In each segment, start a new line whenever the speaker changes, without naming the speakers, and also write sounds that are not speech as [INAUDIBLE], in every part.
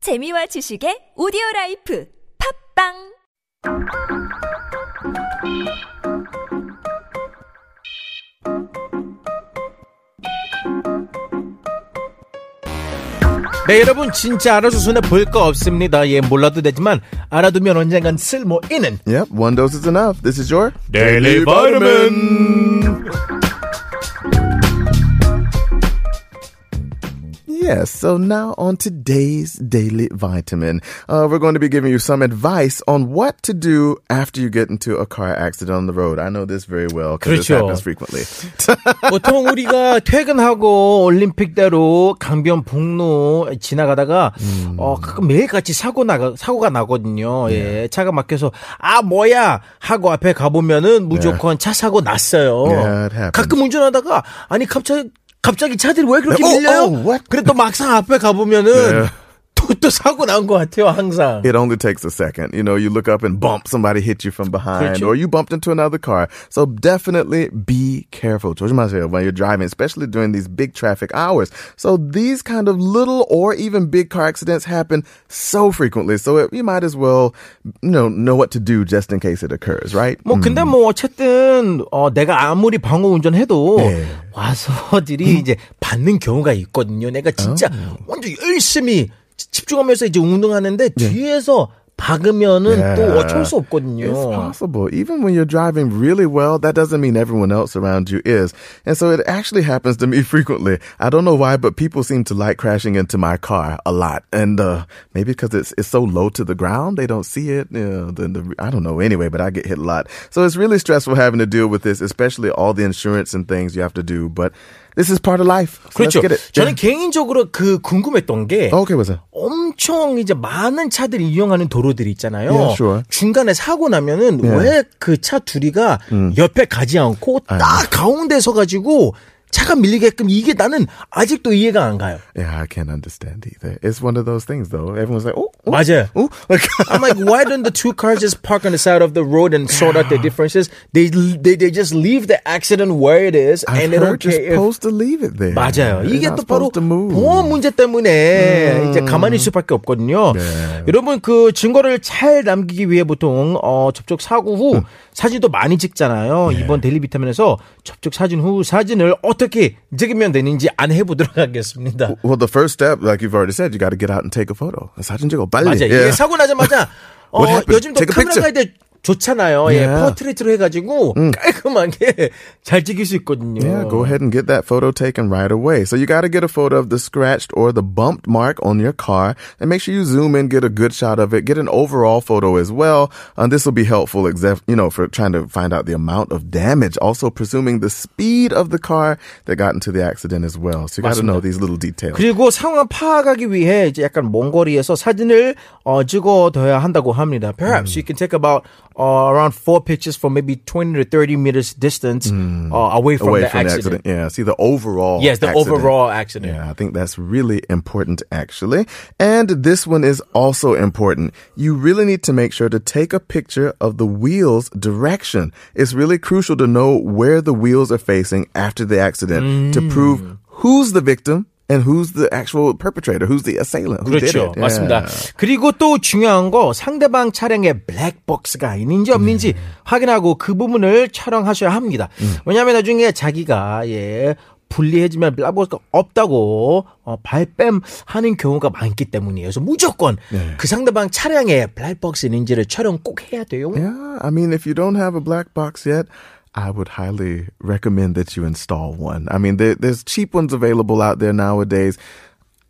재미와 지식의 오디오 라이프 팝빵
네 여러분 진짜 알아서 손에 볼 거 없습니다 예 몰라도 되지만 알아두면 언젠간 쓸모 있는
Yep, one dose is enough. This is your
Daily Vitamin.
Yes, so now on today's Daily Vitamin, uh, we're going to be giving you some advice on what to do after you get into a car accident on the road. I know this very well because this
그렇죠.
happens frequently.
보통 우리가 [LAUGHS] 퇴근하고 올림픽대로 강변북로 지나가다가
음.
어 가끔 매일같이 사고 나가 사고가 나거든요
네.
예 차가 막혀서 아 뭐야 하고 앞에 가보면은 무조건 차 사고 났어요
네. Yeah, it happens.
가끔 운전하다가 아니 갑자기 갑자기 차들이 왜 그렇게
Oh,
밀려요
oh, what?
그래 또 막상 앞에 가보면은
Yeah.
또 또 사고 난 것 같아요 항상
It only takes a second. You know, you look up and bump, somebody hit you from behind,
그렇죠.
or you bumped into another car. So definitely be careful. 조심하세요 when you're driving, especially during these big traffic hours. So these kind of little or even big car accidents happen so frequently. So it, you might as well, you know, know what to do just in case it occurs, right?
뭐 근데 뭐 어쨌든 어 내가 아무리 방어 운전해도
네.
와서들이 이제 받는 경우가 있거든요. 내가 진짜 완전 열심히 치- 집중하면서 이제 운동하는데 뒤에서 박으면은
네.
또 어쩔 수
It's
없거든요.
possible. Even when you're driving really well, that doesn't mean everyone else around you is. And so it actually happens to me [LAUGHS] frequently. I don't know why, but people seem to like crashing into my car a lot. And uh, maybe because it's, it's so low to the ground, they don't see it. Yeah, the, the, I don't know anyway, but I get hit a lot. So it's really stressful having to deal with this, especially all the insurance and things you have to do. But this is part of life. So
그렇죠.
Let's get it.
저는 개인적으로 그 궁금했던 게
Yeah. Okay, what's that?
엄청 이제 많은 차들이 이용하는 도로들이 있잖아요.
Yeah, 예, sure. 예.
중간에 사고 나면은 왜 그 차 둘이가
음.
옆에 가지 않고 딱 가운데 서 가지고 차가 밀리게끔 이게 나는 아직도 이해가 안 가요.
Yeah, I can't understand either. It's one of those things, though. Everyone's like, oh, oh,
맞아요.
oh. Like, [LAUGHS]
I'm like, why don't the two cars just park on the side of the road and sort out their differences? They they they just leave the accident where it is
I've
and they don't
heard you're
care. if-
supposed to leave it there.
맞아요.
You're
이게 또
not
바로
supposed to move.
보험 문제 때문에
음.
이제 가만히 있을 수밖에 없거든요.
네.
여러분 그 증거를 잘 남기기 위해 보통 어, 접촉 사고
음.
후 사진도 많이 찍잖아요.
네.
이번 데일리 비타민에서 접촉 사진 후 사진을 어떻게 찍으면 되는지 안해 보도록 하겠습니다.
Well, the first step, like you've already said, you got to get out and take a photo. 사진 찍어 빨리. 예.
맞아. 요 이게 사고 나자마자 어,
[LAUGHS] What happened? 네.
요즘도
Take a
카메라
picture.
가이드 좋잖아요. 예,
Yeah.
포트레이트로 해가지고
음.
깔끔하게 [LAUGHS] 잘 찍을 수 있거든요.
Yeah, go ahead and get that photo taken right away. So you got to get a photo of the scratched or the bumped mark on your car and make sure you zoom in, get a good shot of it, get an overall photo as well. And this will be helpful, except, you know, for trying to find out the amount of damage, also presuming the speed of the car that got into the accident as well. So you got to know these little details.
그리고 상황 파악하기 위해 이제 약간 먼 거리에서 사진을 어, 찍어둬야 한다고 합니다.
음.
Perhaps you can take about uh, around four pictures from maybe 20 to 30 meters distance uh, away from,
음. away
the,
from
accident.
the accident. Yeah, see the overall.
Yes, the
accident.
overall accident.
Yeah, I think that's really important actually. And this one is also important. You really need to make sure to take a picture of the wheel's direction. It's really crucial to know where the wheels are facing after the accident to
Mm.
prove who's the victim and who's the actual perpetrator, who's the assailant, who did
그렇죠.
it. Yeah.
맞습니다. 그리고 또 중요한 거 상대방 차량에 블랙박스가 있는지 없는지 확인하고 그 부분을 촬영하셔야 합니다. 왜냐하면 나중에 자기가 예 불리해지면 블랙박스가 없다고 어, 발뺌하는 경우가 많기 때문이에요. 그래서 무조건 그 상대방 차량에 블랙박스 있는지를 촬영 꼭 해야 돼요.
Yeah, I mean, if you don't have a black box yet, I would highly recommend that you install one. I mean, there, there's cheap ones available out there nowadays.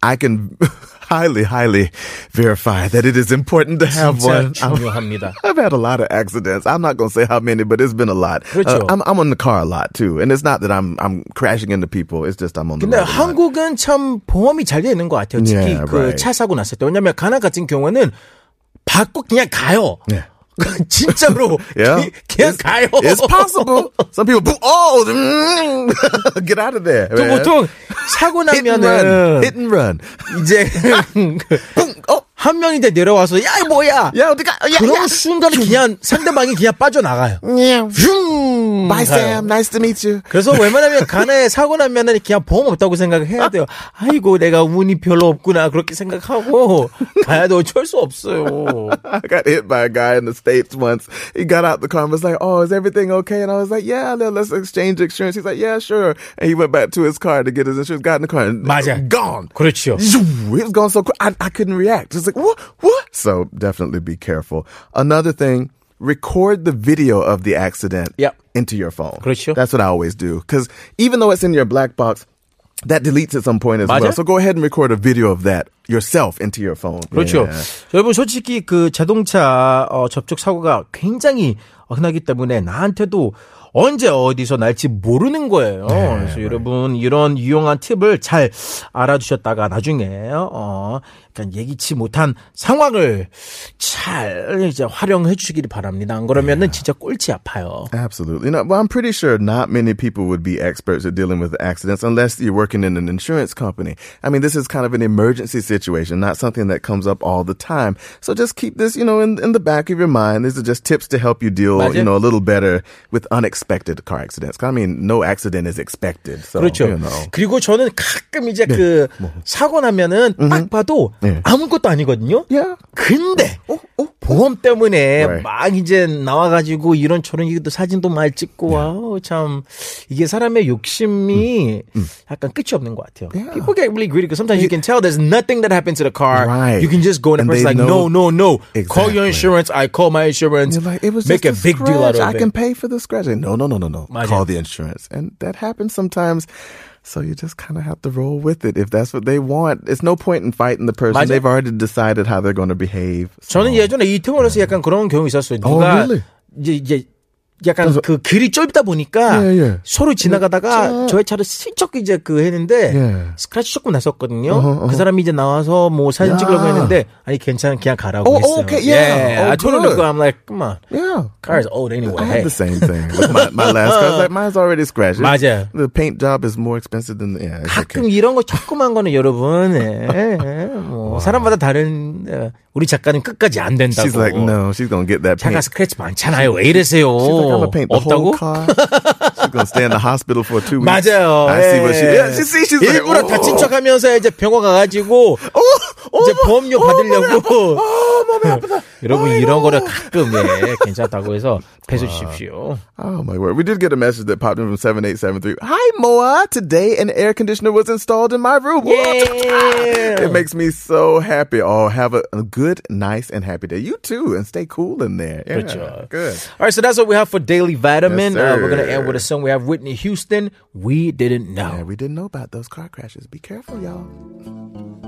I can [LAUGHS] highly, highly verify that it is important to have
진짜
one. I'm-
중요합니다.
I've had a lot of accidents. I'm not going to say how many, but it's been a lot. Uh,
그렇죠.
I'm, I'm on the car a lot too, and it's not that I'm I'm crashing into people. It's just I'm on the
근데
road a lot.
한국은 참 보험이 잘 되어 있는 것 같아요. 특히
Yeah,
그
네, right.
차 사고 났을 때. 왜냐면 가나 같은 경우에는 받고 그냥 가요.
Yeah.
[LAUGHS] 진짜로
네. [LAUGHS]
[LAUGHS]
Yeah.
기- 그냥 가요.
It's possible. Some people, boo, oh, [LAUGHS] mm, get out of
[LAUGHS]
there.
또
man.
보통 사고
Hit and run.
나면은
Hit and run. [LAUGHS]
이제 그
뿡! 어?
한 명인데 내려와서 야 이거 뭐야?
야, 어디 가? 야,
그런 순간에 그냥 상대방이 그냥 빠져나가요.
야.
슝! 가요.
Bye, Sam. Nice to meet you.
그래서 웬만하면 가나에 사고 나면은 그냥 보험 없다고 생각을 해야 돼요. 아이고 내가 운이 별로 없구나 그렇게 생각하고 가야도 어쩔 수 없어요.
I got hit by a guy in the States once. He got out the car and was like, Oh, is everything okay? And I was like, Yeah, let- let's exchange insurance. He's like, Yeah, sure. And he went back to his car to get his insurance, got in the car and
맞아.
gone.
그렇죠.
음. Zoom. It was going so quick. I, I couldn't react. It's like, what? What? So definitely be careful. Another thing, record the video of the accident
Yep.
into your phone.
Correctio.
That's what I always do. Because even though it's in your black box, that deletes at some point as
Maja?
well. So go ahead and record a video of that yourself into your phone.
그렇죠.
Yeah.
여러분 솔직히 그 자동차 어, 접촉 사고가 굉장히 흔하기 때문에 나한테도 언제 어디서 날지 모르는 거예요. 그래서 여러분 이런 유용한 팁을 잘 알아두셨다가 나중에 어 약간 예기치 못한 상황을 잘 이제 활용해 주시길 바랍니다. 안 그러면은 진짜 꼴찌 아파요.
Absolutely. No, well, I'm pretty sure not many people would be experts at dealing with accidents unless you're working in an insurance company. I mean, this is kind of an emergency situation, not something that comes up all the time. So just keep this, you know, in, in the back of your mind. These are just tips to help you deal,
Imagine.
you know, a little better with unexpected car accidents. 'Cause I mean, no accident is expected. So,
그렇죠.
you know.
그리고 저는 가끔 이제 그 사고 나면은 딱 봐도
뭐. 네. 어,
아무것도 아니거든요.
Yeah.
근데 보험 때문에
Right.
막 이제 나와가지고 이런 저런 이것도 사진도 많이
네.
찍고 와우 참 이게 사람의
음,
욕심이 약간 끝이 없는 것 같아요. People get really greedy because sometimes you, can tell there's nothing that happens to the car.
Right.
You can just go and,
And
the
they
person's like no no no. Call your
Exactly.
insurance. I call my insurance.
You're like, it was
Make
just
a big deal out of
scratch. I
it.
can pay for the scratch. Like, No, no, no, no, no.
Imagine.
Call the insurance. And that happens sometimes. So you just kind of have to roll with it if that's what they want. It's no point in fighting the person.
Imagine.
They've already decided how they're going to behave. So-
저는 예전에 이태원에서 약간 그런 경우 있었어요.
Oh,
누가
어. really?
이제 이제 약간 그 길이 좁다 보니까
예, 예.
서로 지나가다가 저의 차를 슬쩍 이제 그 했는데
예.
스크래치 조금 났었거든요. 그 사람이 이제 나와서 뭐 사진
야.
찍으려고 했는데 아니 괜찮아 그냥 가라고
오,
했어요.
오케이, 예.
Yeah.
오,
I totally
good.
look. I'm like, come on,
yeah.
car is old anyway.
I had the same thing with my,
[LAUGHS]
my last car. I was like, mine's already scratched. It's-
Maja.
The paint job is more expensive than the. Yeah, it's okay.
가끔 이런 거 조그만 거는 여러분, 예, 예,
[LAUGHS]
뭐 사람마다 다른 예, 우리 작가는 끝까지 안 된다고.
She's like, no, she's going to get that
작가
paint.
스크래치 많잖아요. 왜 이러세요?
She's like, I'm gonna paint the whole
없다고?
car. she's gonna stay in the hospital for two weeks.
맞아요.
I see what she
예.
did. She see, she's like,
일부러 다친
"Oh."
척하면서 이제 병원 가가지고 이제 보험료 받으려고.
아,
[LAUGHS] 여러분 이런 거를 가끔 예, 괜찮다고 해서 해주십시오.
Oh my word. We did get a message that popped in from 7873. Hi Moa, today an air conditioner was installed in my room.
Yeah.
It makes me so happy. Oh, have a, a good, nice, and happy day. You too, and stay cool in there. Yeah,
Good job.
Good.
All right, so that's what we have for Daily Vitamin.
Yes,
uh,
sir.
we're going to end with a song. We have Whitney Houston. We didn't know.
And we didn't know about those car crashes. Be careful, y'all.